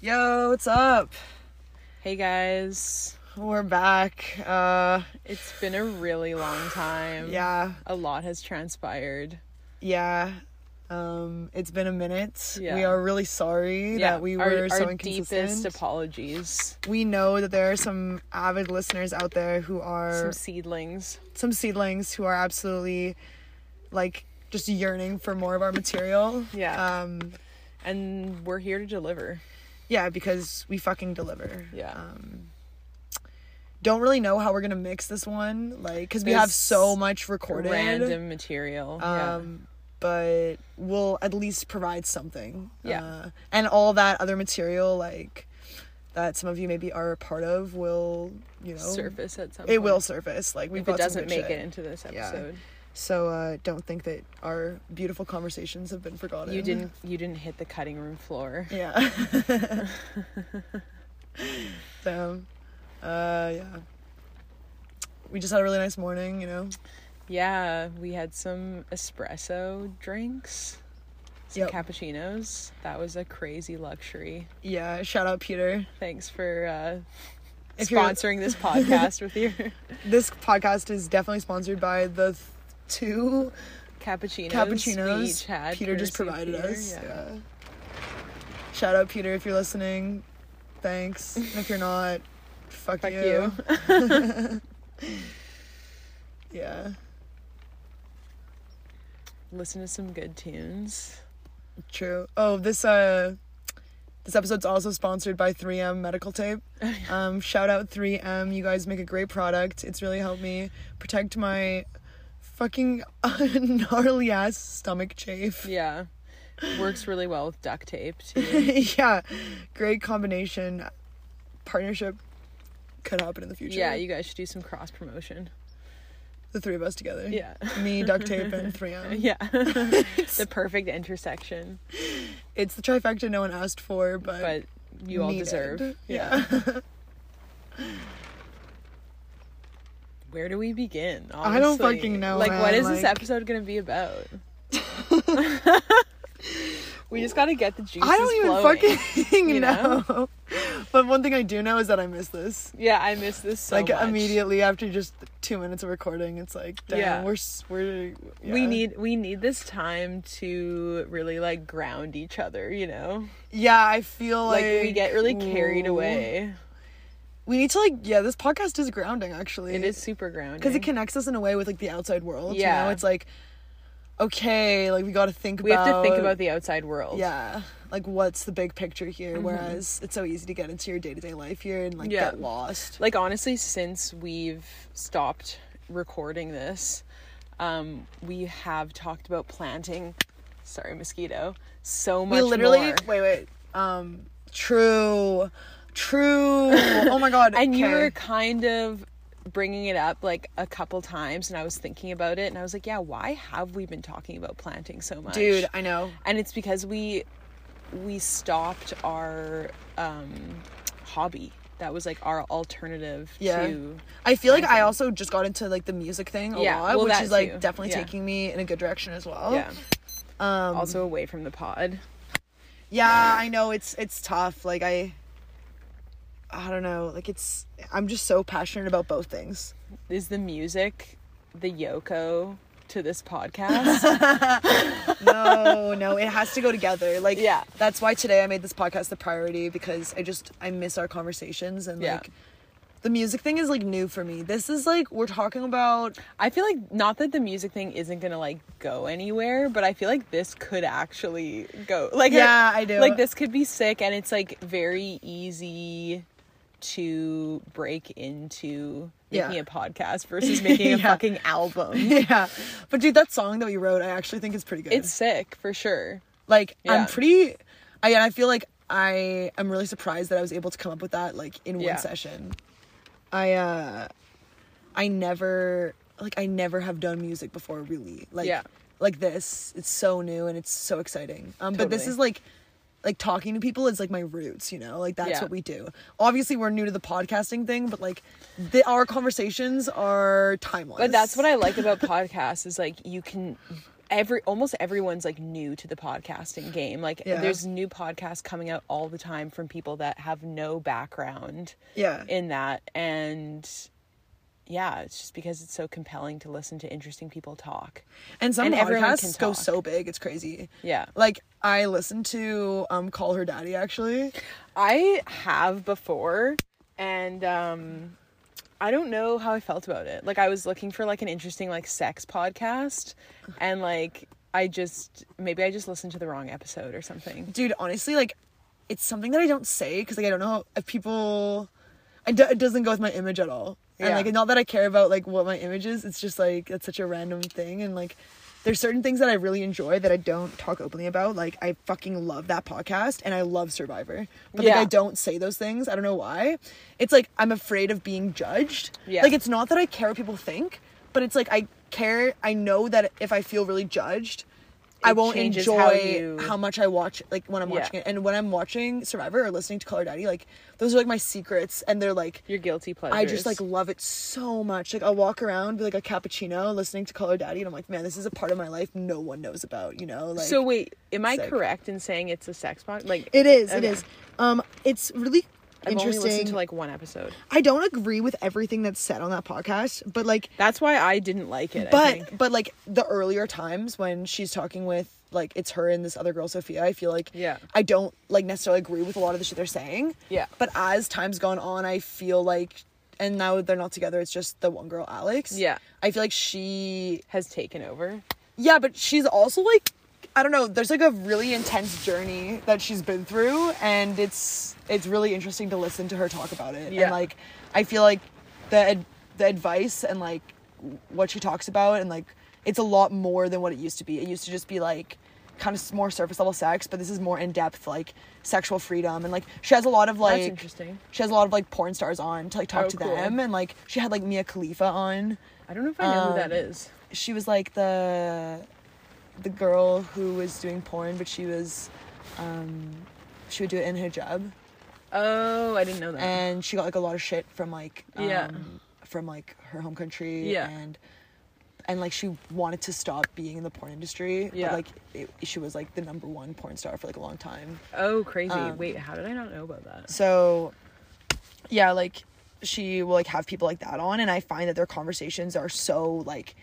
Yo, what's up? Hey guys, We're back. Uh it's been a really long time. yeah. A lot has transpired. Yeah. Um it's been a minute. Yeah. We are really sorry that we our, were so our deepest inconsistent. apologies. we know that there are some avid listeners out there who Some are seedlings. some seedlings who are absolutely like just yearning for more of our material. Yeah. Um And we're here to deliver. yeah, because we fucking deliver. Yeah. Um don't really know how we're gonna mix this one, like, because we There's have so much recorded. Random material. um but we'll at least provide something Yeah. Uh, and all that other material like that some of you maybe are a part of will you know yeah. Surface at some it point. will surface like we've If it got some good doesn't make shit. it into this Yeah. episode, so uh don't think that our beautiful conversations have been forgotten you didn't you didn't hit the cutting room floor. yeah so uh yeah we just had a really nice morning you know Yeah, we had some espresso drinks, some Yep. cappuccinos. That was a crazy luxury. yeah shout out peter Thanks for uh, If you're- sponsoring this podcast with your this podcast is definitely sponsored by the th- two cappuccinos. cappuccinos we each had. Peter just courtesy of provided Peter, us. yeah. Yeah. Shout out Peter if you're listening. Thanks. And if you're not, fuck, Fuck you. yeah. Listen to some good tunes. True. Oh, this uh this episode's also sponsored by 3M Medical Tape. Um shout out 3M. You guys make a great product. It's really helped me protect my fucking gnarly ass stomach chafe. Yeah, works really well with duct tape too. yeah, great combination. Partnership could happen in the future. Yeah, you guys should do some cross promotion. the three of us together. Yeah, Me, duct tape, and 3M. yeah, the perfect intersection. It's the trifecta no one asked for, but, But you all needed. deserve. Yeah. Where do we begin? I don't honestly? fucking know, Like, what man, is this like- episode gonna be about? we just gotta get the juices I don't even flowing. fucking you know. know? But one thing I do know is that I miss this. Yeah, I miss this so like much. immediately after just two minutes of recording, it's like, damn, Yeah. we're s- we're we yeah. need we need this time to really like ground each other you know Yeah, I feel like like, we get really carried ooh. away We need to like yeah, this podcast is grounding actually. it is super grounding because it connects us in a way with like the outside world. you Yeah. know? it's like okay, like we got to think. we about, have to think about the outside world Mm-hmm. yeah, like what's the big picture here? Whereas it's so easy to get into your day to day life here and like Yeah. get lost. like honestly since we've stopped recording this um we have talked about planting sorry mosquito so much we literally more. wait, wait. Um, true, true. oh my god. and you okay. were kind of bringing it up like a couple times and i was thinking about it and i was like yeah why have we been talking about planting so much dude. I know. and it's because we we stopped our um hobby that was like our alternative Yeah. to I feel like I also just got into like the music thing a Yeah, lot, well, which that is like too. definitely Yeah. taking me in a good direction as well. yeah Oh. Um, also away from the pod yeah i know it's it's tough like i i don't know like it's i'm just so passionate about both things is the music the yoko to this podcast no no it has to go together like Yeah. that's why today i made this podcast the priority because i just i miss our conversations and Yeah. like the music thing is like new for me this is like we're talking about i feel like not that the music thing isn't gonna like go anywhere but i feel like this could actually go like uh, Yeah, I do. like this could be sick and it's like very easy to break into making Yeah. a podcast versus making a Yeah. fucking album yeah but dude that song that we wrote i actually think is pretty good It's sick for sure. like i'm Yeah. pretty i i feel like i am really surprised that i was able to come up with that like in one Yeah. session i uh i never like i never have done music before really like Yeah. like this it's so new and it's so exciting um but this Totally. is like like talking to people is like my roots you know like that's Yeah. what we do obviously we're new to the podcasting thing but like the, our conversations are timeless But that's what I like about podcasts is like you can every almost everyone's like new to the podcasting game. Like Yeah. there's new podcasts coming out all the time from people that have no background Yeah. in that and yeah, it's just because it's so compelling to listen to interesting people talk. And some And everyone can podcasts go talk. so big, it's crazy. Yeah. Like I listened to um Call Her Daddy actually. I have before, and um, I don't know how I felt about it. Like I was looking for like an interesting like sex podcast, and like I just maybe I just listened to the wrong episode or something. Dude, honestly, like it's something that I don't say because like I don't know how, if people. It, do, it doesn't go with my image at all. And Yeah. like not that I care about like what my image is. It's just like it's such a random thing and like. There's certain things that I really enjoy that I don't talk openly about. Like I fucking love that podcast and I love Survivor. But like Yeah. I don't say those things. I don't know why. It's like I'm afraid of being judged. Yeah. Like it's not that I care what people think, but it's like I care I know that if I feel really judged, I It won't changes enjoy how you- how much I watch like when I'm Yeah. watching it. And when I'm watching Survivor or listening to Color Daddy, like those are like my secrets and they're like Your guilty pleasures. I just like love it so much. Like I'll walk around with like a cappuccino listening to Color Daddy and I'm like, man, this is a part of my life no one knows about, you know? Like so wait, am I sick. correct in saying it's a sex podcast? Like it is, it Okay. is. Um it's really I've only interesting. listened to like one episode. I don't agree with everything that's said on that podcast, but like That's why I didn't like it. I but think. but like the earlier times when she's talking with like it's her and this other girl Sophia, I feel like Yeah. I don't like necessarily agree with a lot of the shit they're saying. Yeah. But as time's gone on, I feel like and now they're not together, it's just the one girl Alex. Yeah. I feel like she has taken over. Yeah, but she's also like I don't know, there's like a really intense journey that she's been through and it's it's really interesting to listen to her talk about it. Yeah. And like I feel like the ad- the advice and like what she talks about and like it's a lot more than what it used to be. It used to just be like kind of more surface level sex, but this is more in depth like sexual freedom and like she has a lot of like interesting. She has a lot of like porn stars on to like talk Oh, to cool. them and like she had like Mia Khalifa on I don't know if I know Um, who that is. she was like the the girl who was doing porn, but she was um, she would do it in hijab, Oh, I didn't know that. and she got like a lot of shit from like um, Yeah. from like her home country Yeah. and and like she wanted to stop being in the porn industry Yeah. but like it, she was like the number one porn star for like a long time oh, crazy. um, wait, how did I not know about that? so yeah like she will like have people like that on and i find that their conversations are so like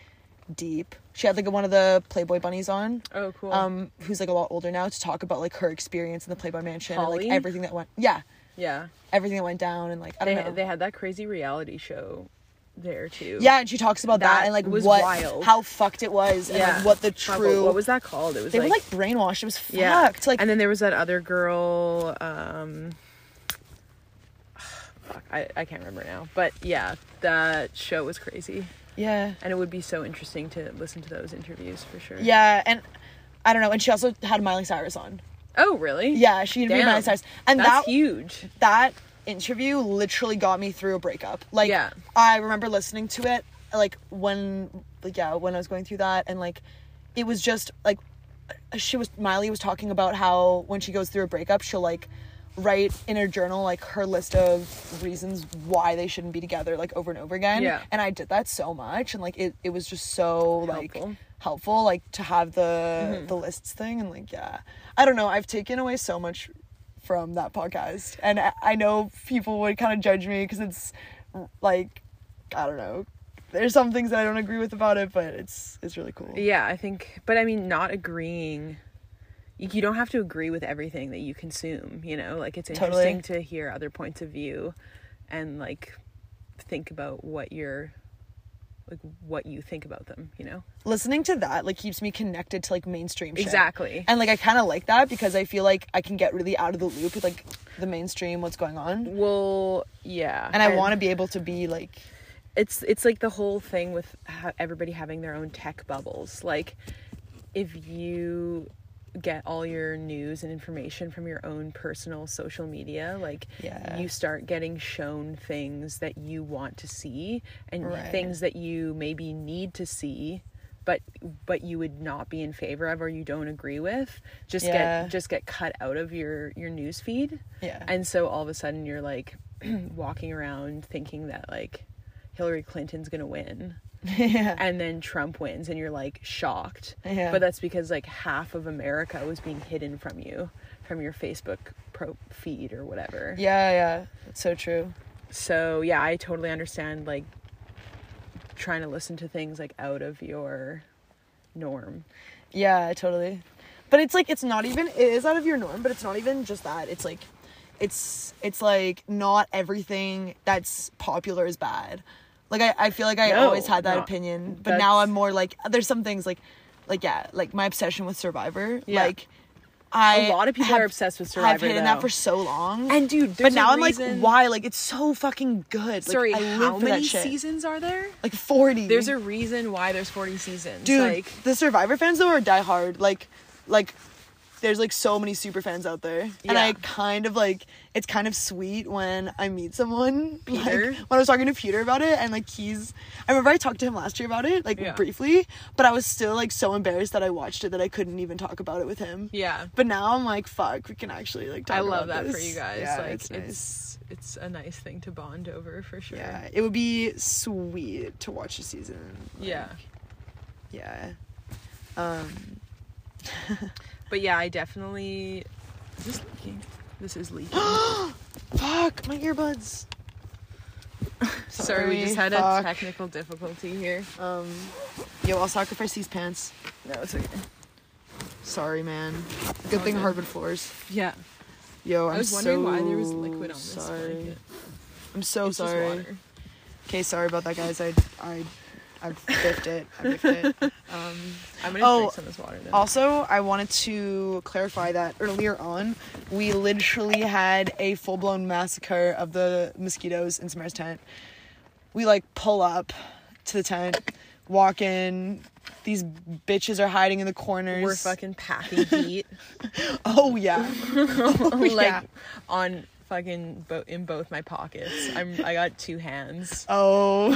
deep she had like one of the playboy bunnies on Oh, cool. um, who's like a lot older now, to talk about like her experience in the Playboy Mansion, and, like Holly? everything that went, yeah, yeah, everything that went down, and like I don't they, know, they had that crazy reality show there too. yeah, and she talks about that, That and like was what, wild. how fucked it was, and like, what the Fuck, true, What was that called? It was they like, were like brainwashed. It was fucked. yeah. Like and then there was that other girl. Um, fuck, I I can't remember now. But yeah, that show was crazy, yeah, and it would be so interesting to listen to those interviews for sure. yeah, and I don't know, and she also had Miley Cyrus on. Oh, really? Yeah, she interviewed Damn. Miley Cyrus, and That's that huge. that interview literally got me through a breakup. Like Yeah. I remember listening to it like when like yeah, when I was going through that and like it was just like she was Miley was talking about how when she goes through a breakup she'll like write in her journal like her list of reasons why they shouldn't be together like over and over again. Yeah. And I did that so much and like it, it was just so like Helpful. Mm-hmm. helpful like to have the the lists thing and like yeah i don't know i've taken away so much from that podcast and i, I know people would kind of judge me because it's like i don't know there's some things that i don't agree with about it but it's it's really cool Yeah, I think, but I mean, not agreeing. You, you don't have to agree with everything that you consume, you know? Like, it's Totally. interesting to hear other points of view and, like, think about what you're, like, what you think about them, you know? listening to that like keeps me connected to like mainstream shit. Exactly. and like i kind of like that because i feel like i can get really out of the loop with like the mainstream what's going on Well, yeah. and i want to be able to be like it's it's like the whole thing with ha- everybody having their own tech bubbles like if you get all your news and information from your own personal social media like Yeah. you start getting shown things that you want to see and Right. things that you maybe need to see but but you would not be in favor of or you don't agree with just Yeah. get just get cut out of your your news feed Yeah. and so all of a sudden you're like walking around thinking that like Hillary Clinton's gonna win. yeah. and then Trump wins and you're like shocked. Yeah. But that's because like half of America was being hidden from you from your Facebook pro feed or whatever. Yeah, yeah. It's so true. So yeah, I totally understand like trying to listen to things like out of your norm. Yeah, totally. But it's like it's not even it is out of your norm, but it's not even just that. It's like it's it's like not everything that's popular is bad. Like I, I feel like I No, always had that not- opinion. But now that's- I'm more like there's some things like like yeah, like my obsession with Survivor. Yeah. Like I A lot of people are obsessed with I've Survivor, hidden though. that for so long. And, dude, but there's now a I'm reason- like, why? Like it's so fucking good. Like, Sorry, I live how for many that shit. seasons are there? Like forty. There's a reason why there's 40 seasons. dude like the survivor fans though are diehard like like there's like so many super fans out there and i Yeah. kind of like it's kind of sweet when i meet someone Peter? like when i was talking to peter about it and like he's i remember i talked to him last year about it like Yeah. briefly but i was still like so embarrassed that i watched it that i couldn't even talk about it with him yeah. but now i'm like fuck we can actually like talk I love about that for this. you guys. yeah, like it's, it's nice. it's, a nice thing to bond over for sure. yeah it would be sweet to watch a season like, Yeah. yeah um But yeah, I definitely is this leaking. This is leaking. Fuck, my earbuds. Sorry, we just had a Fuck. technical difficulty here. Um, yo, I'll sacrifice these pants. No, it's okay. Sorry, man. all Good thing good. hardwood floors. Yeah. Yo, I'm i was wondering why there was liquid on this so sorry. blanket. I'm so It's just sorry. water. Okay, sorry about that, guys. I, I, I biffed it. I biffed it. Um, I'm gonna Oh, drink some of this water then. Also, I wanted to clarify that earlier on, we literally had a full blown massacre of the mosquitoes in Samara's tent. We like pull up to the tent, walk in. These bitches are hiding in the corners. We're fucking packing heat. Oh yeah. oh, like yeah. on fucking bo- in both my pockets. I'm I got two hands. Oh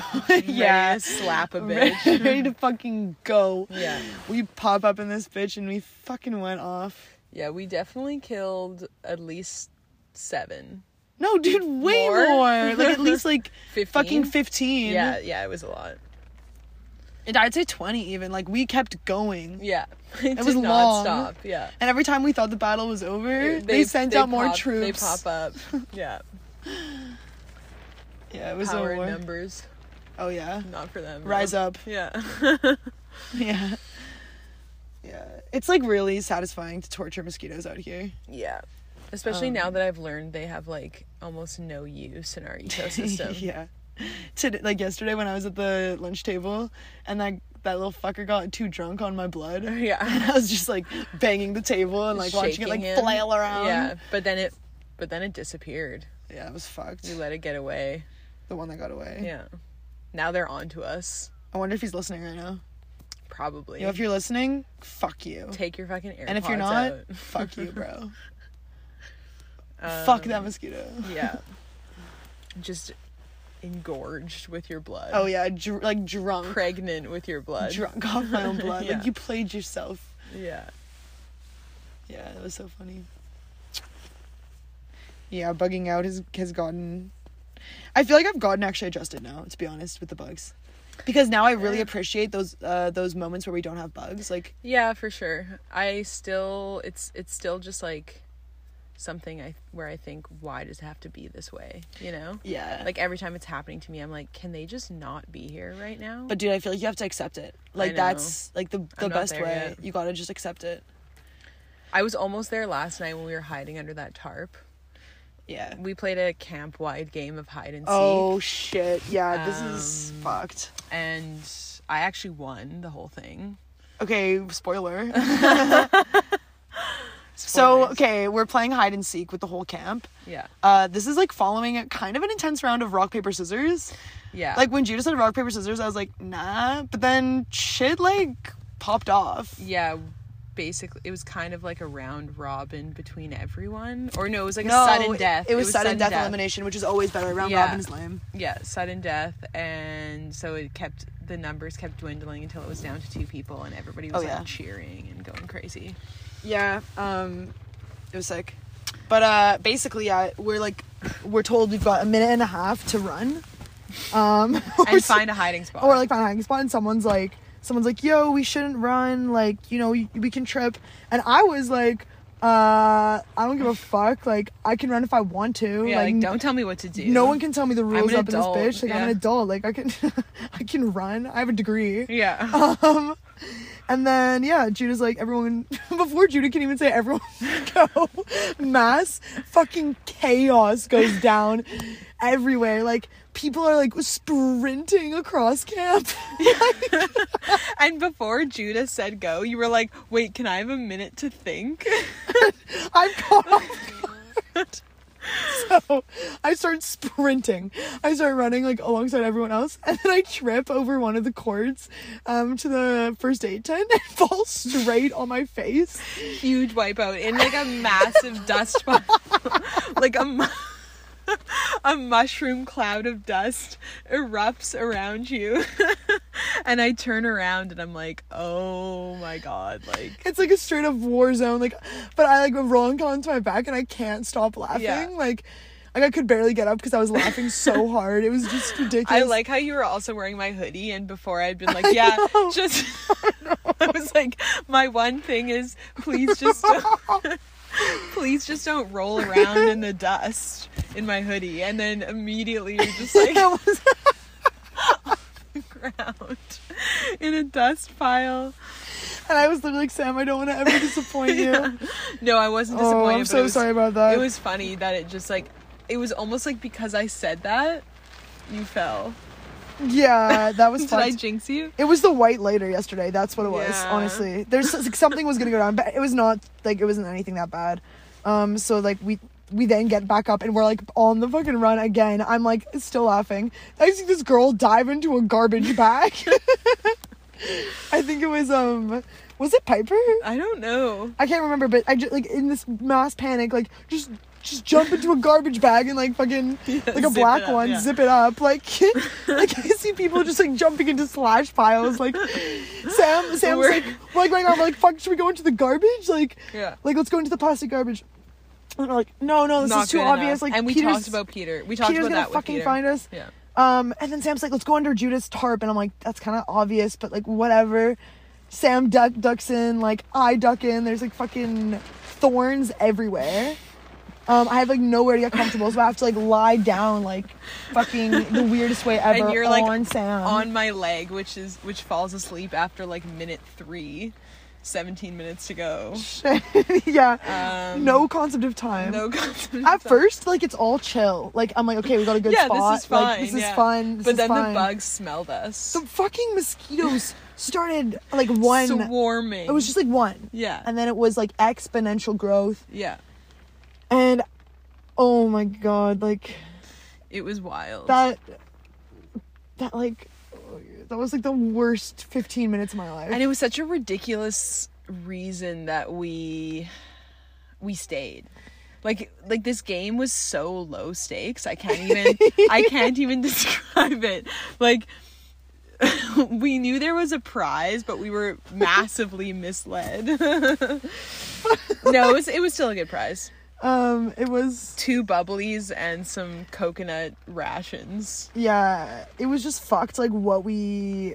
Ready yeah. to slap a Ready, bitch. ready to fucking go. Yeah. We pop up in this bitch and we fucking went off. Yeah, we definitely killed at least seven. No, dude, way More? more. Like at least like 15? fucking fifteen. Yeah, yeah, it was a lot. And I'd say 20 even. Like, we kept going. Yeah. It, was did long. not stop. Yeah. And every time we thought the battle was over, they, sent they out more pop- troops. They pop up. Yeah. Yeah, it was Power a in war. numbers. Oh, yeah. Not for them. Rise up. Yeah. Yeah. Yeah. It's like really satisfying to torture mosquitoes out here. yeah. Especially Um, now that I've learned they have like almost no use in our ecosystem. yeah. Today, like yesterday when I was at the lunch table and that, that little fucker got too drunk on my blood. And Yeah. I was just like banging the table and like watching it Shaking like him. flail around. Yeah. But then it but then it disappeared. Yeah, it was fucked. We let it get away. The one that got away. Yeah. Now they're on to us. I wonder if he's listening right now. Probably. You know, if you're listening, fuck you. Take your fucking AirPods And if you're not, out. fuck you, bro. Um, fuck that mosquito. Yeah. Just engorged with your blood. Oh yeah, dr- like drunk, Pregnant with your blood. drunk off my own blood. Yeah. Like you played yourself. yeah. Yeah, that was so funny. Yeah, bugging out has has gotten. I feel like I've gotten actually adjusted now. To be honest, with the bugs, because now I really Yeah. appreciate those uh, those moments where we don't have bugs. Like Yeah, for sure. I still it's it's still just like something I where I think why does it have to be this way, you know? yeah, like Like every time it's happening to me, I'm like, can they just not be here right now? but dude, I feel like you have to accept it. Like know. that's like the the not best there way. yet. You gotta just accept it. I was almost there last night when we were hiding under that tarp. Yeah. We played a camp wide game of hide and seek Oh shit! Yeah, this is fucked. and I actually won the whole thing. Okay, spoiler. so Spoilers. okay, we're playing hide and seek with the whole camp. Yeah. Uh, this is like following a kind of an intense round of rock paper scissors. Yeah. Like when Judah said rock paper scissors, I was like nah, but then shit like popped off. yeah basically it was kind of like a round robin between everyone or no it was like No, a sudden death It, was, sudden, death, elimination, which is always better. Round Yeah. robin is lame. yeah sudden death and so it kept the numbers kept dwindling until it was down to two people and everybody was Oh, like yeah. cheering and going crazy Yeah, um, it was sick. But uh, basically, yeah, we're like, we're told we've got a minute and a half to run, um, or and so- find a hiding spot. or like find a hiding spot and someone's like someone's like yo we shouldn't run like you know we, we can trip and i was like uh i don't give a fuck like i can run if i want to yeah, like, don't tell me what to do. no one can tell me the rules an up adult, in this bitch like i'm yeah. an adult like i can i can run i have a degree Yeah. um and then yeah judah's like everyone before judah can even say everyone go mass fucking chaos goes down everywhere like people are like sprinting across camp and before Judah said go, you were like, "Wait, can I have a minute to think?" I'm caught off guard. So I start sprinting. I start running like alongside everyone else, and then I trip over one of the cords um, to the first aid tent and fall straight on my face. Huge wipeout in like a massive dust pile, like a mu- a mushroom cloud of dust erupts around you, and I turn around and I'm like, "Oh my god!" Like It's like a straight up war zone. Like, but I like rolling onto my back, and I can't stop laughing. Yeah. Like, like I could barely get up because I was laughing so hard. It was just ridiculous. I like how you were also wearing my hoodie, and before I'd been like, yeah, just. I was like, my one thing is, please just don't. Please just don't roll around in the dust in my hoodie. And then immediately you're just like That was- ground in a dust pile. and I was literally like, Sam, I don't want to ever disappoint you. No, I wasn't Oh, disappointed. I'm but so it was, sorry about that. It was funny that it just like, it was almost like because I said that, you fell. yeah, that was Did fun. I jinx you? It was the white lighter yesterday. That's what it was. Yeah. Honestly, there's like, something was gonna go down, but it was not like it wasn't anything that bad. Um, so like we we then get back up and we're like on the fucking run again. I'm like still laughing. I see this girl dive into a garbage bag. I think it was um, was it Piper? I don't know. I can't remember, but I just like in this mass panic, like just just jump into a garbage bag and like fucking like a zip black it up, one, yeah. zip it up. Like like I see people just like jumping into slash piles. Like Sam, Sam's We're- like we're, like right now, we're like fuck, should we go into the garbage? Like Yeah. like let's go into the plastic garbage. And we're like no, no, this Not is too good obvious. enough. Like and we Peter's, talked about Peter. We talked Peter's about gonna that with fucking Peter. find us. Yeah. Um, and then Sam's like, let's go under Judah's tarp. And I'm like, that's kind of obvious, but like, whatever. Sam duck, ducks in, like, I duck in. There's like fucking thorns everywhere. Um, I have like nowhere to get comfortable, so I have to like lie down, like, fucking the weirdest way ever And you're like on Sam. on my leg, which is which falls asleep after like minute three. 17 minutes to go. yeah. Um, no concept of time. no concept. At first, like, it's all chill. Like, I'm like, okay, we got a good yeah, spot. this is fun. Like, this yeah. is fun. This but is then fun. the bugs smelled us. The fucking mosquitoes started like one. swarming. It was just like one. yeah, and then it was like exponential growth yeah. and oh my god like It was wild. that that like that was like the worst 15 minutes of my life and it was such a ridiculous reason that we we stayed like like this game was so low stakes i can't even i can't even describe it like we knew there was a prize but we were massively misled no it was, it was still a good prize um it was two bubblies and some coconut rations yeah it was just fucked like what we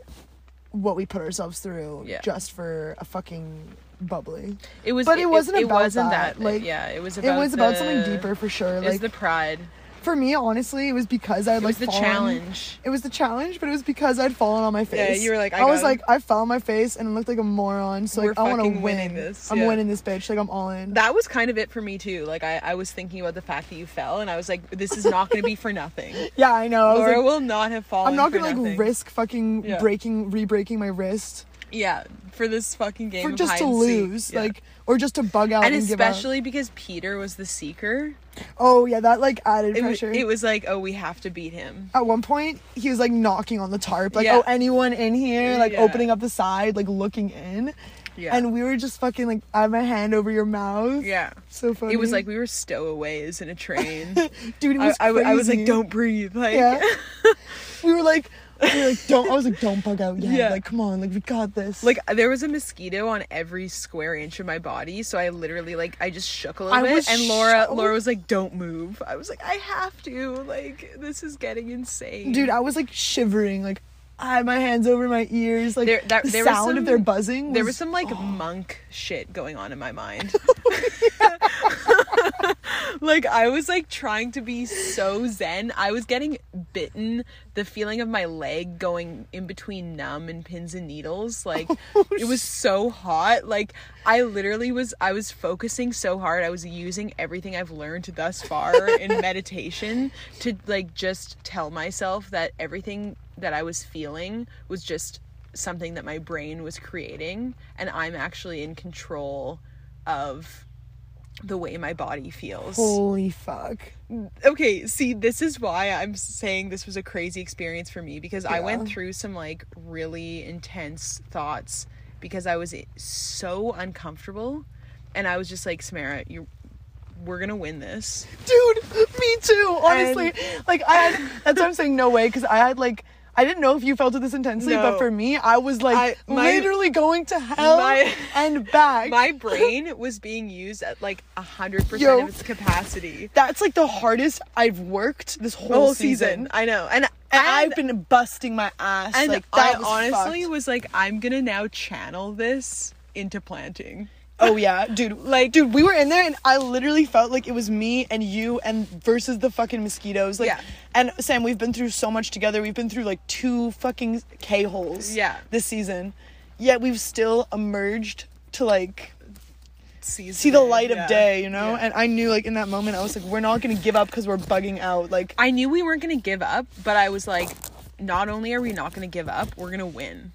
what we put ourselves through Yeah. just for a fucking bubbly it was But it wasn't it, about wasn't that, that, like, yeah it was it about was about the- something deeper for sure it like was the pride for me honestly it was because i had it like was the fallen- challenge it was the challenge, but it was because I'd fallen on my Yeah, face. you were like, I I, was got it. like, I fell on my face and looked like a moron. So like, We're I want to fucking win. winning this, I'm yeah. winning this bitch. Like I'm all in. that was kind of it for me too. Like I, I was thinking about the fact that you fell, and I was like, this is not going to be for nothing. yeah, I know. I was Laura like, will not have fallen. I'm not for gonna like nothing. risk fucking Yeah. breaking, re-breaking my wrist Yeah, for this fucking game for of just hide to and seek. lose, Yeah. like or just to bug out and and, give especially because Peter was the seeker, up. Oh yeah, that like added it, was, pressure. it was like, oh, we have to beat him. At one point, he was like knocking on the tarp, like, Yeah. "Oh, anyone in here?" Like Yeah. opening up the side, like looking in. Yeah. And we were just fucking like, I have my hand over your mouth. yeah. So funny. It was like we were stowaways in a train. dude, it I, was I, w- I was like, crazy. don't breathe. Like, Yeah. we were like, we were like, don't. I was like, don't bug out yet. Yeah. Like, come on, like we got this. like there was a mosquito on every square inch of my body, so I literally like I just shook a little I bit, was and Laura so- Laura was like, "Don't move." I was like, "I have to." Like this is getting insane, dude, I was like shivering. Like, I had my hands over my ears. Like There- that- the there was sound some- of their buzzing. Was, there was some like monk shit going on in my mind. like I was like trying to be so zen. I was getting bitten. The feeling of my leg going in between numb and pins and needles. Like it was so hot. Like I literally was I was focusing so hard. I was using everything I've learned thus far in meditation to like just tell myself that everything that I was feeling was just something that my brain was creating and I'm actually in control of the way my body feels. Holy fuck. Okay, see, this is why I'm saying this was a crazy experience for me because I went Yeah. through some like really intense thoughts because I was eh, so uncomfortable and I was just like, Samara, you we're gonna win this. dude me too honestly like i had that's what i'm saying no way because i had like i didn't know if you felt it this intensely No. but for me i was like I- my- literally going to hell my- and back My brain was being used at like a hundred percent Yo. of its capacity. that's like the hardest i've worked this whole, The whole season, season. I know. And, And and i've been busting my ass and like I that was honestly fucked. was like, I'm gonna now channel this into planting. oh yeah dude like dude we were in there and i literally felt like it was me and you and versus the fucking mosquitoes like Yeah. and sam we've been through so much together we've been through like two fucking k-holes Yeah. this season yet we've still emerged to like See, see the light of day you know Yeah. and i knew like in that moment i was like we're not gonna give up because we're bugging out like I knew we weren't gonna give up, but I was like, not only are we not gonna give up, we're gonna win.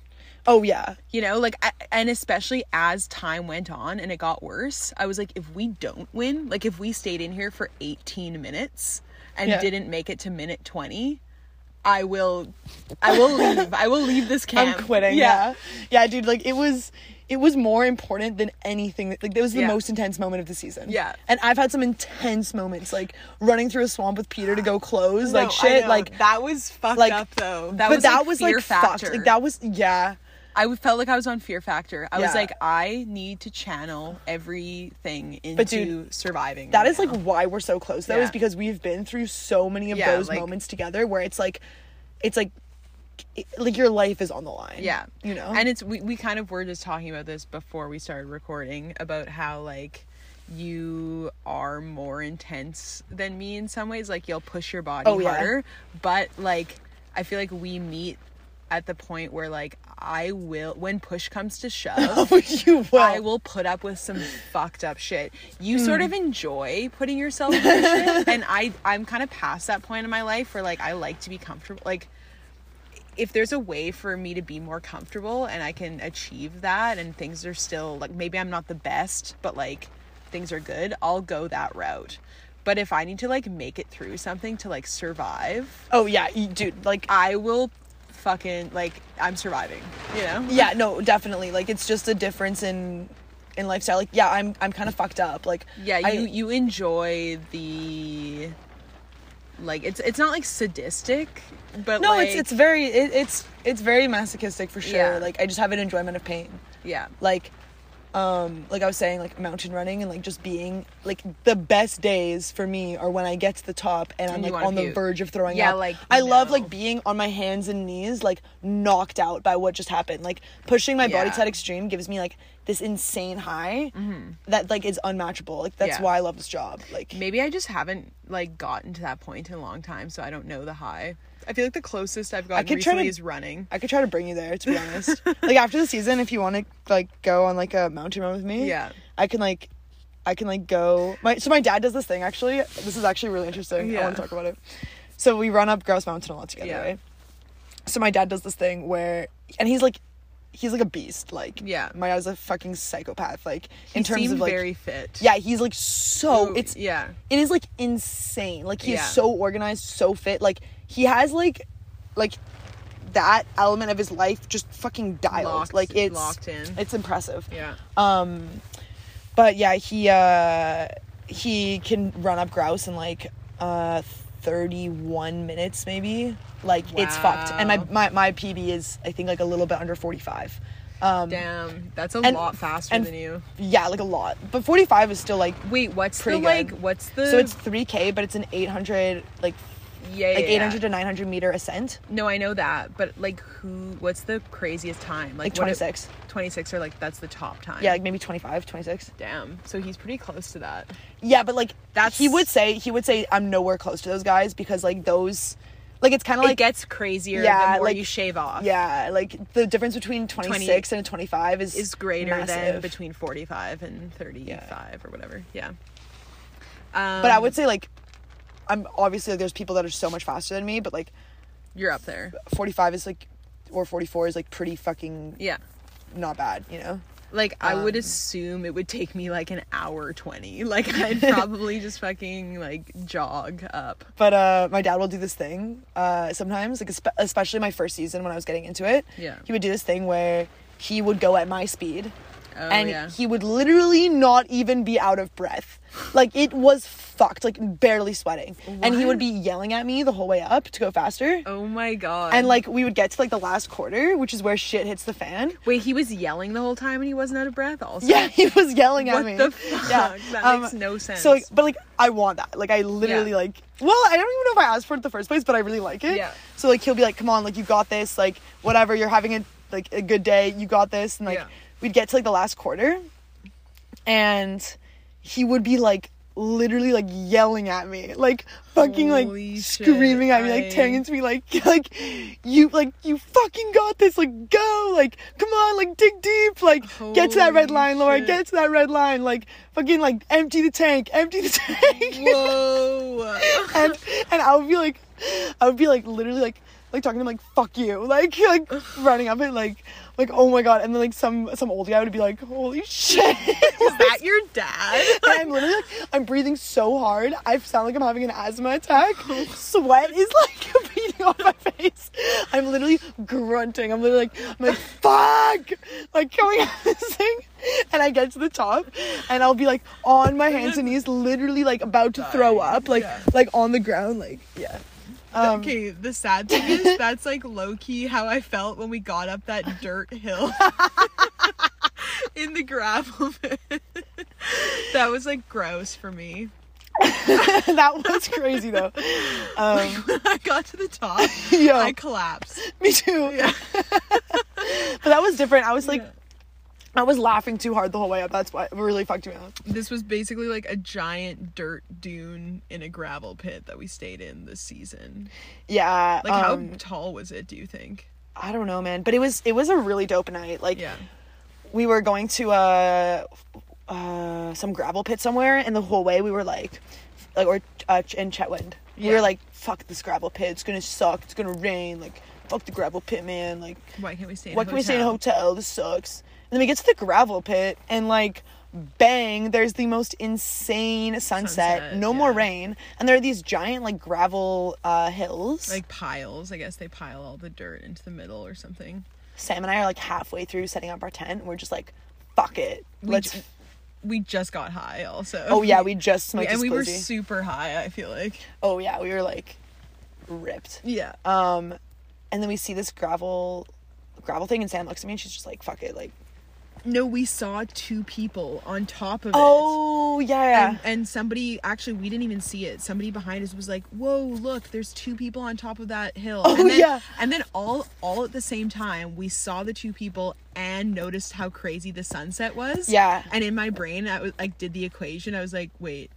oh yeah You know, like, I, and especially as time went on and it got worse, I was like, if we don't win, like, if we stayed in here for 18 minutes and Yeah. didn't make it to minute 20, I will, I will leave. I will leave this camp. i'm quitting yeah. yeah dude like it was it was more important than anything that- like that was the Yeah. most intense moment of the season Yeah. and i've had some intense moments like running through a swamp with peter to go clothes No, like I shit know. like that was fucked like up though. That but was that like, was fear like factor. fucked like that was yeah I felt like I was on Fear Factor. I was Yeah. like, I need to channel everything into dude, surviving. That right is like now. why we're so close though, Yeah. is because we've been through so many of Yeah, those like- moments together where it's like, it's like, it- like your life is on the line. yeah, you know. And it's we we kind of were just talking about this before we started recording about how like you are more intense than me in some ways. Like you'll push your body Oh, yeah. harder, but like I feel like we meet at the point where like I will when push comes to shove. you will. I will put up with some fucked up shit. You sort of enjoy putting yourself through shit, and I I'm kind of past that point in my life where like I like to be comfortable. Like if there's a way for me to be more comfortable and I can achieve that, and things are still like maybe I'm not the best, but like things are good, I'll go that route. But if I need to like make it through something to like survive, Oh yeah, you, dude. Like I will fucking like I'm surviving. You know? yeah, no, definitely. Like it's just a difference in in lifestyle. Like yeah, I'm I'm kind of fucked up. Like yeah I- you you enjoy the like it's it's not like sadistic but no, like, it's it's very it, it's it's very masochistic for sure. Yeah. Like I just have an enjoyment of pain. yeah like um like i was saying like mountain running and like just being like the best days for me are when i get to the top and i'm And you like wanna on the puke. verge of throwing Yeah, up like, i love no. like being on my hands and knees like knocked out by what just happened like pushing my body Yeah. Mm-hmm. to that extreme gives me like this insane high that like is unmatchable like that's Yeah. why i love this job like maybe i just haven't like gotten to that point in a long time so i don't know the high i feel like the closest i've gotten could try recently to- is running i could try to bring you there to be honest like after the season if you want to like go on like a mountain run with me Yeah. i can like I can like go. My so my dad does this thing actually. This is actually really interesting. I Yeah. want to talk about it. So we run up Grouse Mountain a lot together, Yeah. right? So my dad does this thing where, and he's like, he's like a beast. Like, Yeah. my dad's a fucking psychopath. Like He in terms seemed of like, very fit yeah, he's like so. Ooh, it's yeah it is like insane. Like he Yeah. is so organized, so fit. Like he has like like that element of his life just fucking dialed. Locked- like it's locked in. It's impressive. Yeah. Um, but yeah, he uh, he can run up grouse in like uh, 31 minutes maybe. Like it's fucked. And my, Wow. my my PB is I think like a little bit under 45. Um, Damn, that's a and- lot faster and- than you. yeah, like a lot. But 45 is still like Wait, what's Pretty the good. like? What's the? so it's 3k, but it's an 800 like yeah, yeah, like 800 yeah. to 900 meter ascent. No, I know that, but like, who? What's the craziest time? Like what if- 26. 26 or like that's the top time. Yeah, like maybe 25, 26. Damn. So he's pretty close to that. Yeah, but like That's- he would say he would say I'm nowhere close to those guys because like those like it's kind of it like gets crazier Yeah, the more like- you shave off. yeah, like the difference between 26 and a 25 is Is greater than massive. between 45 and 35 or whatever. Yeah. Um, But I would say like I'm obviously like there's people that are so much faster than me, but like Um, You're up there. 45 is like or 44 is like pretty fucking Yeah. not bad, you know. Like I Um, would assume it would take me like an hour 20. Like I'd probably just fucking like jog up. But uh, my dad will do this thing uh, sometimes, like espe- especially my first season when I was getting into it. Yeah. he would do this thing where he would go at my speed, Oh, and yeah. he would literally not even be out of breath. Like it was fucked, like barely sweating, and he would What? be yelling at me the whole way up to go faster. Oh my god. And like we would get to like the last quarter, which is where shit hits the fan. wait, he was yelling the whole time and he wasn't out of breath also. Yeah, he was yelling at What me. the fuck? Yeah. Um, That makes no sense. So, like, but like, I want that. Like, I literally Yeah. like. Well, I don't even know if I asked for it in the first place, but I really like it. Yeah. So like, he'll be like, "Come on, like, you got this. Like, whatever. You're having a like a good day. You got this." And like, Yeah. we'd get to like the last quarter, and he would be like literally like yelling at me like fucking Holy like shit, screaming at me I- like tearing into me like like you like you fucking got this like go like come on like dig deep like get to that red Holy line laura shit. get to that red line like fucking like empty the tank empty the tank Whoa. and and i would be like i would be like literally like like talking to him like fuck you like like running up and like like oh my god and then like some some old guy would be like holy shit Is that your dad? and I'm literally like, I'm breathing so hard. I sound like I'm having an asthma attack. Sweat is like beating off my face. I'm literally grunting. I'm literally like, I'm like, fuck! Like coming out of this thing. And I get to the top and I'll be like on my hands and knees, literally like about to throw Dying. up, like Yeah. like on the ground, like yeah. Um, okay, the sad thing is that's like low key how I felt when we got up that dirt hill in the gravel pit. that was like gross for me. that was crazy though. Um, When I got to the top, yo, I collapsed. me too. But that was different. I was like, Yeah. I was laughing too hard the whole way up. That's what really fucked me up. This was basically like a giant dirt dune in a gravel pit that we stayed in this season. Yeah. Like um, how tall was it, do you think? I don't know, man. But it was it was a really dope night. Like Yeah. we were going to uh, uh some gravel pit somewhere, and the whole way we were like, like or uh, Ch- in Chetwynd, we Yeah. were like, "Fuck this gravel pit. It's gonna suck. It's gonna rain. Like, fuck the gravel pit, man. Like, Why can't we stay in why a can we stay in a hotel? hotel? This sucks." And then we get to the gravel pit, and like, bang! There's the most insane sunset. Sunset, no more yeah. rain, and there are these giant like gravel uh hills. Like piles. I guess they pile all the dirt into the middle or something. Sam and I are like halfway through setting up our tent. And we're just like, fuck it. We Let's. ju- we just got high also. oh yeah, we just We- smoked. and this we were Blue G. super high, I feel like. oh yeah, we were like, ripped. Yeah. uh, Um, and then we see this gravel, gravel thing, and Sam looks at me and she's just like, fuck it, like. No, we saw two people on top of it. Oh yeah, yeah. And, and somebody actually we didn't even see it. Somebody behind us was like, "Whoa, look! There's two people on top of that hill." Oh, and then, yeah. And then all all at the same time, we saw the two people and noticed how crazy the sunset was. Yeah. And in my brain, I was like, did the equation. I was like, wait.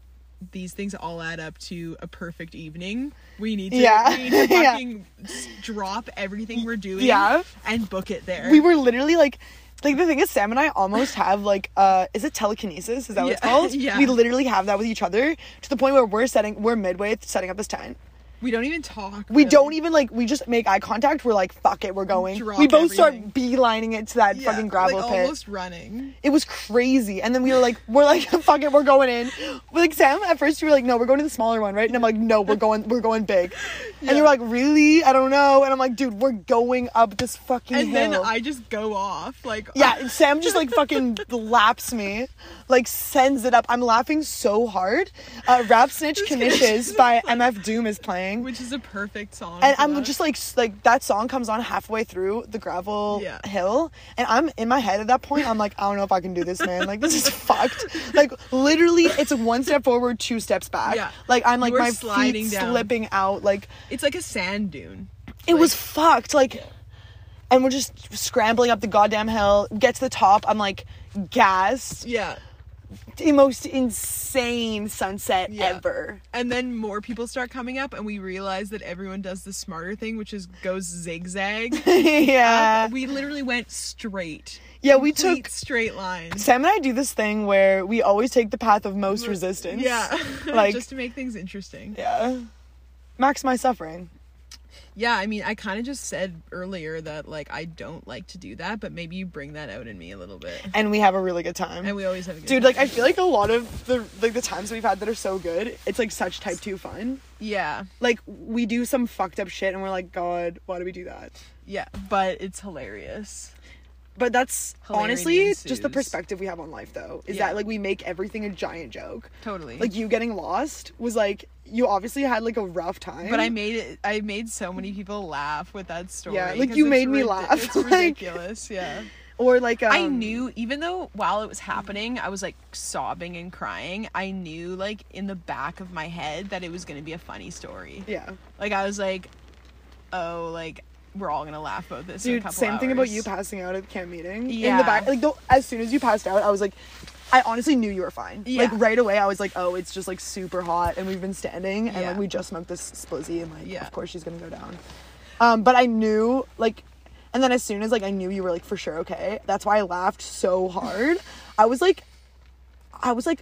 These things all add up to a perfect evening. We need to, Yeah. we need to Yeah. fucking s drop everything we're doing Yeah. and book it there. we were literally like like the thing is sam and i almost have like uh is it telekinesis is that what it's Yeah, called yeah. we literally have that with each other to the point where we're setting we're midway th- setting up this tent We don't even talk. We don't even like we just make eye contact. We're like, fuck it, we're going. Drop we both everything. start beelining it to that Yeah, fucking gravel like, pit. Almost running. It was crazy. And then we were like, we're like, fuck it, we're going in. We're like Sam, at first you were like, no, we're going to the smaller one, right? And I'm like, no, we're going, we're going big. And you were like, really? I don't know. And I'm like, dude, we're going up this fucking And hill. then I just go off like yeah, and Sam just like fucking laps me, like sends it up. I'm laughing so hard. Uh, Rap Snitch Knishes by MF Doom is playing. which is a perfect song. and for I'm that. just like s- like that song comes on halfway through the gravel Yeah. hill, and I'm in my head at that point. I'm like, I don't know if I can do this, man. Like this is fucked. Like literally, it's one step forward, two steps back. Yeah. Like I'm like You are my sliding feet down. slipping out. Like it's like a sand dune. it was fucked. Like, and we're just scrambling up the goddamn hill. Get to the top. I'm like gassed. Yeah. The most insane sunset Yeah. ever. And then more people start coming up, and we realize that everyone does the smarter thing, which is goes zigzag. yeah. Uh, we literally went straight. Yeah, we Complete took- straight lines. Sam and I do this thing where we always take the path of most resistance. Yeah. Like- just to make things interesting. Yeah. Max my suffering. Yeah, I mean, I kind of just said earlier that like I don't like to do that, but maybe you bring that out in me a little bit. And we have a really good time. And we always have a good Dude, like I feel like a lot of the like the times we've had that are so good, it's like such type two fun. yeah, Like we do some fucked up shit and we're like, God, why do we do that? yeah, but it's hilarious. But that's Hilarity honestly just the ensues. perspective we have on life though. Is Yeah. that like we make everything a giant joke. Totally. Like you getting lost was like you obviously had like a rough time. but I made it. I made so many people laugh with that story. Yeah, like, 'cause you it's made me ridi- laugh, It's like- ridiculous. Yeah, or like um, I knew. Even though while it was happening, I was like sobbing and crying. I knew, like in the back of my head, that it was going to be a funny story. Yeah. Like I was like, oh, like we're all gonna laugh about this. in a Dude, couple same thing about hours. you passing out at the camp meeting. In Yeah. the back, like the, as soon as you passed out, I was like, I honestly knew you were fine. Like Yeah. right away, I was like, oh, it's just like super hot, and we've been standing, and Yeah. like we just smoked this splizzy, and like Yeah. of course she's gonna go down. Um, but I knew like, and then as soon as like I knew you were like for sure okay, that's why I laughed so hard. I was like, I was like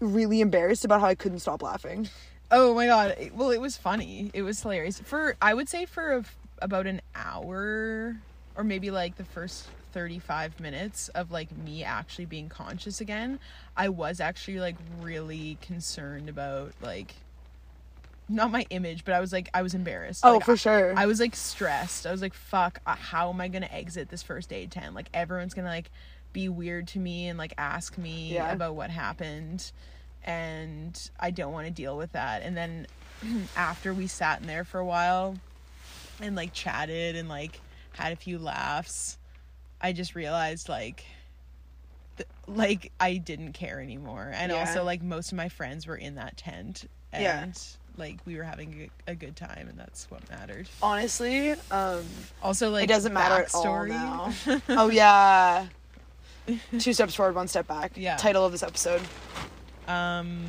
really embarrassed about how I couldn't stop laughing. Oh my god! It- Well, it was funny. It was hilarious. For I would say for a f about an hour, or maybe like the first thirty-five minutes of like me actually being conscious again, I was actually like really concerned about like not my image, but I was like I was embarrassed. Oh, Like, for I- sure. I was like stressed. I was like, "Fuck! uh, How am I gonna exit this first aid tent? Like everyone's gonna like be weird to me and like ask me Yeah. about what happened, and I don't want to deal with that." And then after we sat in there for a while and like chatted and like had a few laughs, I just realized like th- like I didn't care anymore. And Yeah. also like most of my friends were in that tent and Yeah. like we were having a, a good time and that's what mattered. Honestly, um, Also like it doesn't matter backstory. at all now. oh yeah. Two steps forward, one step back. Yeah. Title of this episode. Um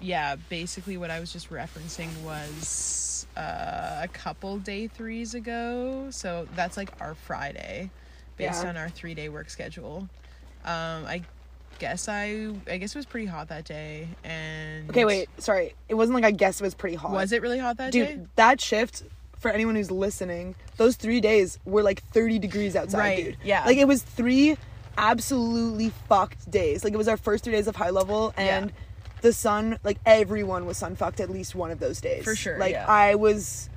yeah, basically what I was just referencing was uh, a couple day threes ago. So that's like our Friday based Yeah. on our 3-day work schedule. Um I guess I I guess it was pretty hot that day and Okay, wait. Sorry, it wasn't like I guess it was pretty hot. Was it really hot that dude? day? That shift for anyone who's listening, those three days were like thirty degrees outside, Right, dude. yeah. like it was three absolutely fucked days. Like it was our first three days of high level and. Yeah. The sun, like everyone was sun fucked at least one of those days. For sure, Like yeah. I was,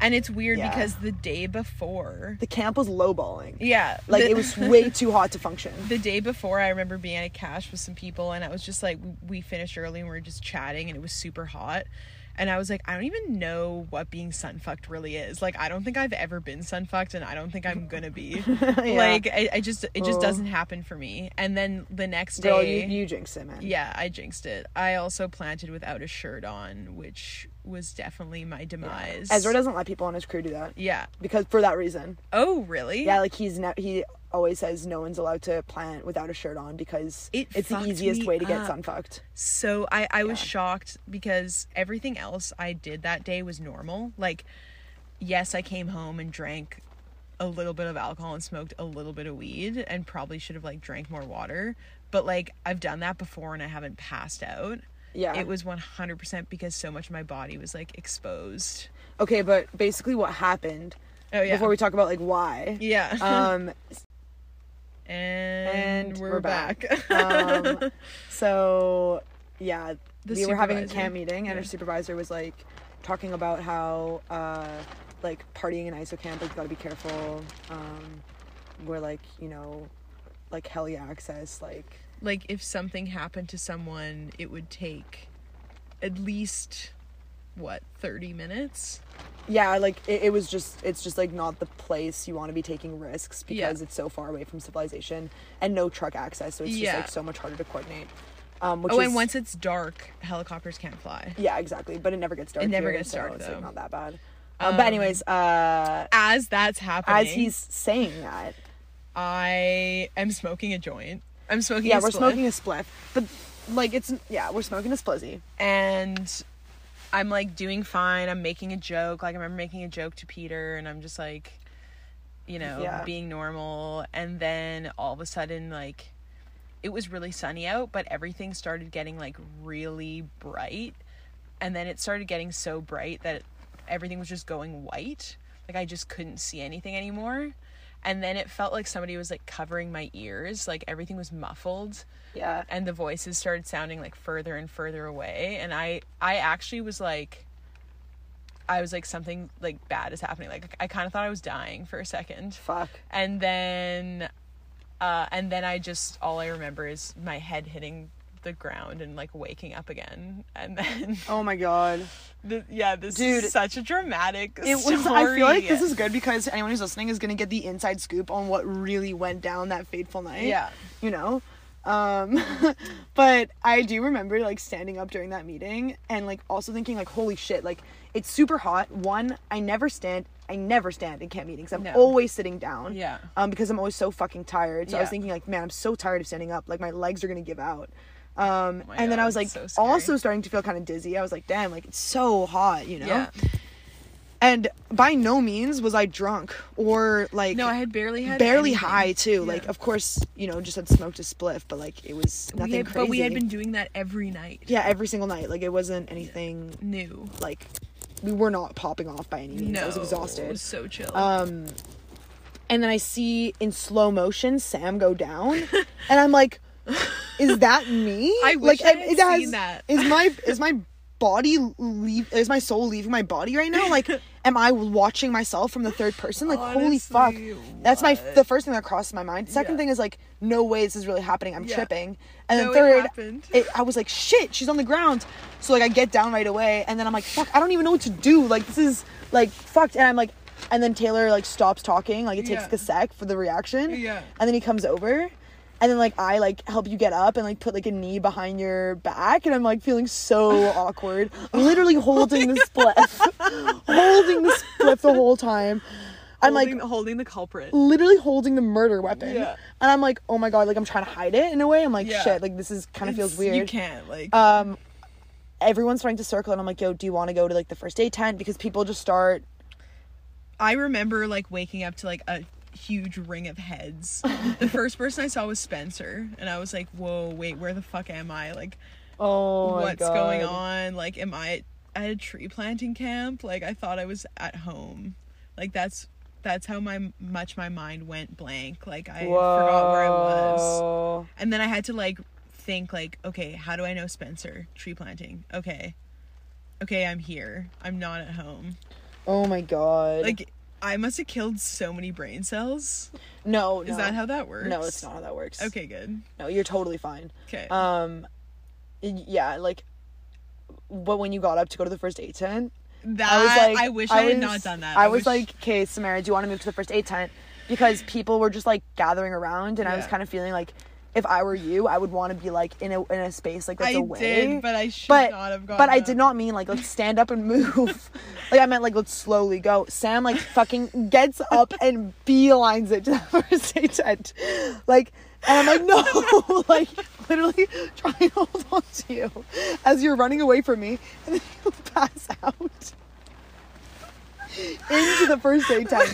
And it's weird Yeah. because the day before, the camp was lowballing. yeah, Like the- it was way too hot to function. the day before. I remember being at a cash with some people, and I was just like, we finished early and we were just chatting, and it was super hot. And I was like, I don't even know what being sunfucked really is. Like, I don't think I've ever been sunfucked, and I don't think I'm gonna be. Like, I, I just it just Oh. doesn't happen for me. And then the next day, Girl, you, you jinxed it, man. yeah, I jinxed it. I also planted without a shirt on, which was definitely my demise. Ezra doesn't let people on his crew do that yeah. because for that reason. Oh, really? Yeah, like he's ne- he always says no one's allowed to plant without a shirt on because It it's the fucked easiest me way to get up. sun fucked. So I, I was shocked because everything else I did that day was normal. Like, yes, I came home and drank a little bit of alcohol and smoked a little bit of weed and probably should have like drank more water. But like I've done that before and I haven't passed out. Yeah. it was 100% because so much of my body was like exposed. Okay, but basically what happened Oh yeah. before we talk about like why. yeah. Um, and, and we're, we're back. back. um, so yeah, The we were having a supervisor. camp meeting, and our supervisor was like talking about how uh, like partying in ISO camp, like you gotta be careful. Um, we're like you know, like hell yeah access, like like if something happened to someone, it would take at least what 30 minutes. yeah, like it, it was just it's just like not the place you want to be taking risks because it's so far away from civilization and no truck access, so it's Yeah. just like so much harder to coordinate. Um, which oh, is, and once it's dark, helicopters can't fly. Yeah, exactly. But it never gets dark. It never here, gets so dark, It's though. like not that bad. Um, but anyways, uh, As that's happening, as he's saying that, I am smoking a joint. I'm smoking. yeah, a we're spliff, smoking a spliff, but like it's yeah, we're smoking a splizzy. and I'm like doing fine. I'm making a joke. Like I remember making a joke to Peter, and I'm just like, you know, Yeah. being normal. And then all of a sudden, like, it was really sunny out, but everything started getting like really bright. And then it started getting so bright that everything was just going white. Like I just couldn't see anything anymore. And then it felt like somebody was like covering my ears. Like everything was muffled Yeah, and the voices started sounding like further and further away and i i actually was like i was like something like bad is happening like i kind of thought i was dying for a second fuck. and then uh and then i just all i remember is my head hitting the ground and like waking up again and then Oh my god, the, yeah this Dude, is such a dramatic it story. was. I feel like this is good because anyone who's listening is gonna get the inside scoop on what really went down that fateful night. Yeah. you know. Um, but I do remember like standing up during that meeting and like also thinking like, holy shit, like it's super hot. One, I never stand, I never stand in camp meetings. I'm No. always sitting down. Yeah. Um, because I'm always so fucking tired. So I was Yeah. thinking like, man, I'm so tired of standing up. Like my legs are gonna give out. Um, Oh my and then God, I was like, it's so scary. also starting to feel kind of dizzy. I was like, damn, like it's so hot, you know. yeah And by no means was I drunk or like no i had barely had barely anything. high too. Yeah. Like of course, you know, just had smoked a spliff, but like it was We nothing had- crazy. but we had been doing that every night yeah every single night. Like it wasn't anything new like we were not popping off by any means. no I was it exhausted. was so chill Um, and then I see in slow motion Sam go down, and I'm like, is that me? I like wish I had it has- seen that. Is my is my body leave is my soul leaving my body right now like am i watching myself from the third person like holy fuck Honestly, that's my what? the first thing that crossed my mind second Yeah. thing is like no way this is really happening i'm Yeah. tripping and then No, it third happened. it, i was like shit she's on the ground so like i get down right away and then i'm like fuck i don't even know what to do like this is like fucked and i'm like and then taylor like stops talking like it takes Yeah. like a sec for the reaction Yeah. and then he comes over and then like I like help you get up and like put like a knee behind your back and I'm like feeling so awkward. Literally holding the spliff. holding the spliff the whole time. I'm like holding, holding the culprit. literally holding the murder weapon. Yeah. And I'm like, oh my god, like I'm trying to hide it in a way. I'm like, Yeah. shit, like this is kind of feels It's- weird. You can't like. Um everyone's starting to circle and I'm like, yo, do you want to go to like the first aid tent? Because people just start I remember like waking up to like a huge ring of heads. the first person I saw was Spencer, and I was like, "Whoa, wait, where the fuck am I? Like, Oh my what's going God. on? Like, am I at a tree planting camp? Like, I thought I was at home. Like, that's that's how my much my mind went blank. Like, I forgot where I was." Whoa. And then I had to like think like, okay, how do I know Spencer? Tree planting. Okay. Okay, I'm here. I'm not at home. Oh my god. Like I must have killed so many brain cells. no, Is no. that how that works? No, it's not how that works. Okay, good. No, you're totally fine. Okay. Um, y- yeah, like, but when you got up to go to the first aid tent, that I I, was like, wish I, was- had not done that. I, was wish- like, okay, Samara, do you want to move to the first aid tent? Because people were just like gathering around, and I was Yeah. kind of feeling like, if I were you, I would want to be like in a in a space like that's I away. did, but I should but not have gone. but I did not mean like let's stand up and move. like I meant like let's slowly go. Sam like fucking gets up and beelines it to the first aid tent. Like and I'm like no, like literally try and hold on to you as you're running away from me, and then you pass out into the first aid tent,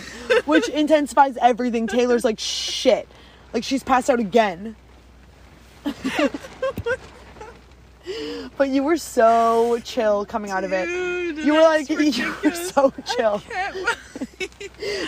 which intensifies everything. Taylor's like shit, like she's passed out again. But you were so chill coming out of it. you were like, you were so chill.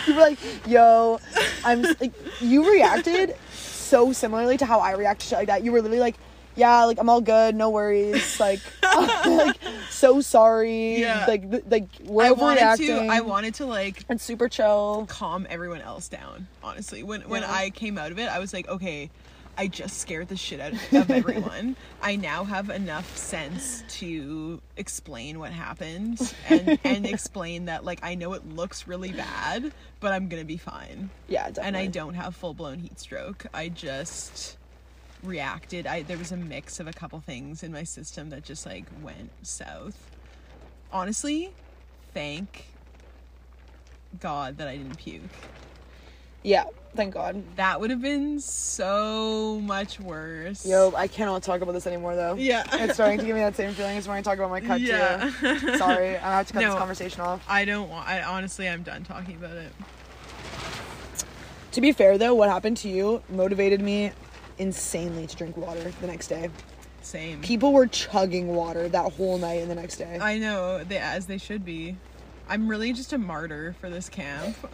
you were like, yo, I'm. s- Like, you reacted so similarly to how I react to shit like that. You were literally like, yeah, like I'm all good, no worries. Like, like so sorry. Yeah. Like, th- like we're I wanted to. overreacting. I wanted to like and super chill. calm everyone else down. Honestly, when when Yeah. I came out of it, I was like, okay, I just scared the shit out of everyone. I now have enough sense to explain what happened and and explain that like I know it looks really bad, but I'm gonna be fine. Yeah, definitely. And I don't have full blown heat stroke. I just reacted. I there was a mix of a couple things in my system that just like went south. Honestly, thank God that I didn't puke. Yeah, thank God. That would have been so much worse. Yo, I cannot talk about this anymore though. Yeah. It's starting to give me that same feeling as when I talk about my cut Yeah. too. Sorry, I have to cut No. this conversation off. I don't want I honestly I'm done talking about it. To be fair though, what happened to you motivated me insanely to drink water the next day. Same. People were chugging water that whole night and the next day. I know, they as they should be. I'm really just a martyr for this camp.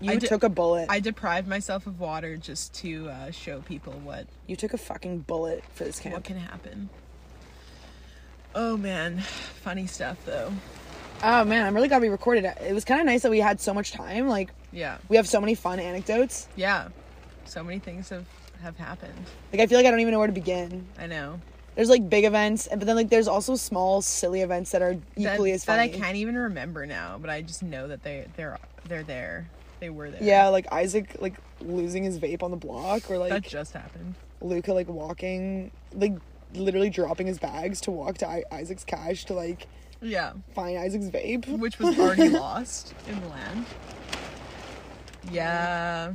you I did- took a bullet. I deprived myself of water just to uh, show people what you took a fucking bullet for this what camp. can happen. Oh man, funny stuff though. Oh man, I'm really glad we recorded it. It was kind of nice that we had so much time. Like Yeah, we have so many fun anecdotes. yeah. So many things have have happened. Like I feel like I don't even know where to begin. I know There's like big events, and but then like there's also small silly events that are equally that, as funny. that I can't even remember now, but I just know that they they're they're there. They were there. Yeah, like Isaac like losing his vape on the block, or like that just happened. Luca like walking, like literally dropping his bags to walk to I- Isaac's cash to like Yeah, find Isaac's vape. which was already lost in the land. Yeah,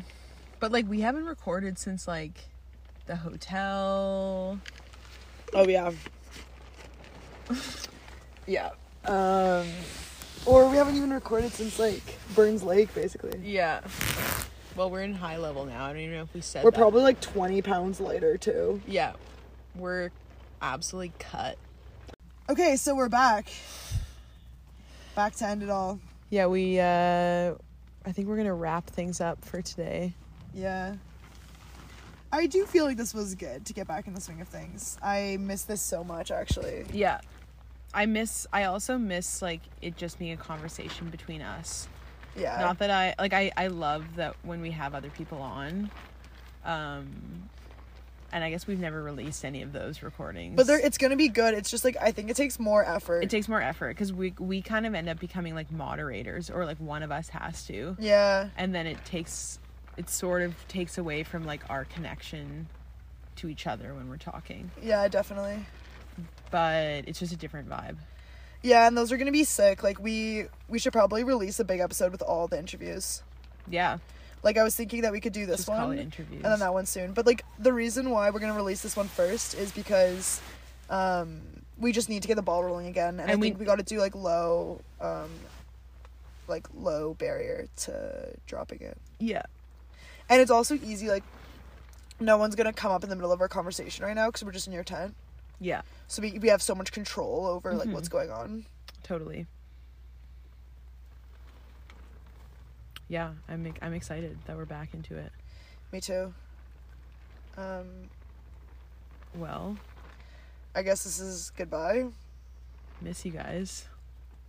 but like we haven't recorded since like the hotel. Oh yeah, yeah. Um, or we haven't even recorded since like Burns Lake, basically. Yeah. Well, we're in high level now. I don't even know if we said We're that. probably like twenty pounds lighter too. Yeah. We're absolutely cut. Okay, so we're back. Back to end it all. Yeah, we uh I think we're going to wrap things up for today. Yeah. I do feel like this was good to get back in the swing of things. I miss this so much, actually. Yeah. I miss I also miss like it just being a conversation between us. Yeah. Not that I like I I love that when we have other people on. Um and I guess we've never released any of those recordings. but there, it's gonna be good. It's just like I think it takes more effort. it takes more effort cuz we we kind of end up becoming like moderators or like one of us has to. yeah. and then it takes it sort of takes away from like our connection to each other when we're talking Yeah, definitely. but it's just a different vibe Yeah, and those are gonna be sick. Like we we should probably release a big episode with all the interviews. yeah Like I was thinking that we could do this just one call it and interviews then that one soon. But like the reason why we're gonna release this one first is because um we just need to get the ball rolling again, and, I And we- think we got to do like low, um, like low barrier to dropping it. yeah And it's also easy, like, no one's gonna come up in the middle of our conversation right now because we're just in your tent. yeah So we, we have so much control over, Mm-hmm. like, what's going on. totally yeah i'm ex- i'm excited that we're back into it Me too. Um, well I guess this is goodbye. miss you guys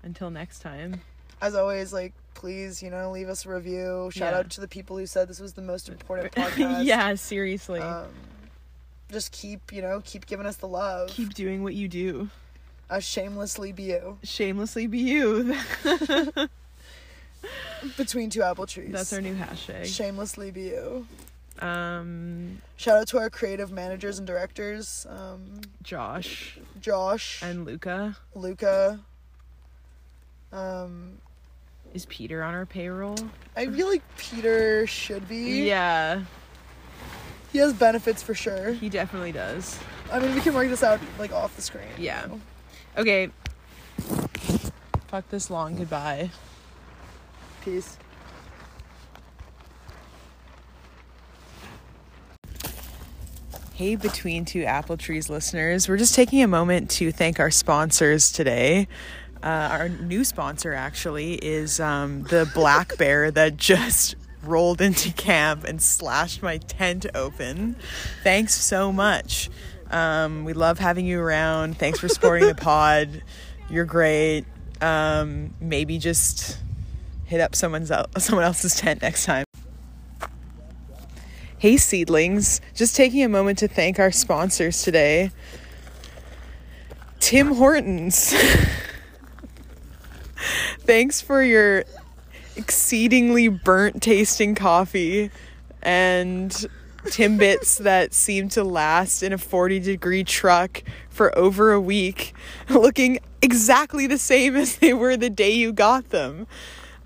until next time As always, like, please, you know, leave us a review. Shout Yeah. out to the people who said this was the most important podcast. yeah seriously Um, just keep, you know, keep giving us the love. keep doing what you do us shamelessly be you shamelessly be you between two apple trees. that's our new hashtag shamelessly be you. um Shout out to our creative managers and directors, um, josh Josh and Luca. Luca. Um, Is Peter on our payroll? I feel like Peter should be. Yeah, He has benefits for sure. he definitely does. I mean, we can work this out like off the screen. you Yeah. know? Okay. Fuck this long goodbye. Peace. Hey, Between Two Apple Trees listeners, we're just taking a moment to thank our sponsors today. Uh, our new sponsor, actually, is um, the black bear that just rolled into camp and slashed my tent open. Thanks so much. Um, we love having you around. Thanks for supporting the pod. You're great. Um, maybe just hit up someone's el- someone else's tent next time. Hey, seedlings. Just taking a moment to thank our sponsors today Tim Hortons. Thanks for your exceedingly burnt tasting coffee and Timbits that seem to last in a 40 degree truck for over a week, looking exactly the same as they were the day you got them.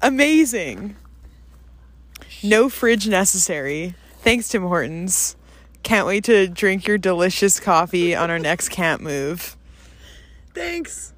Amazing. No fridge necessary. Thanks, Tim Hortons. Can't wait to drink your delicious coffee on our next camp move. Thanks.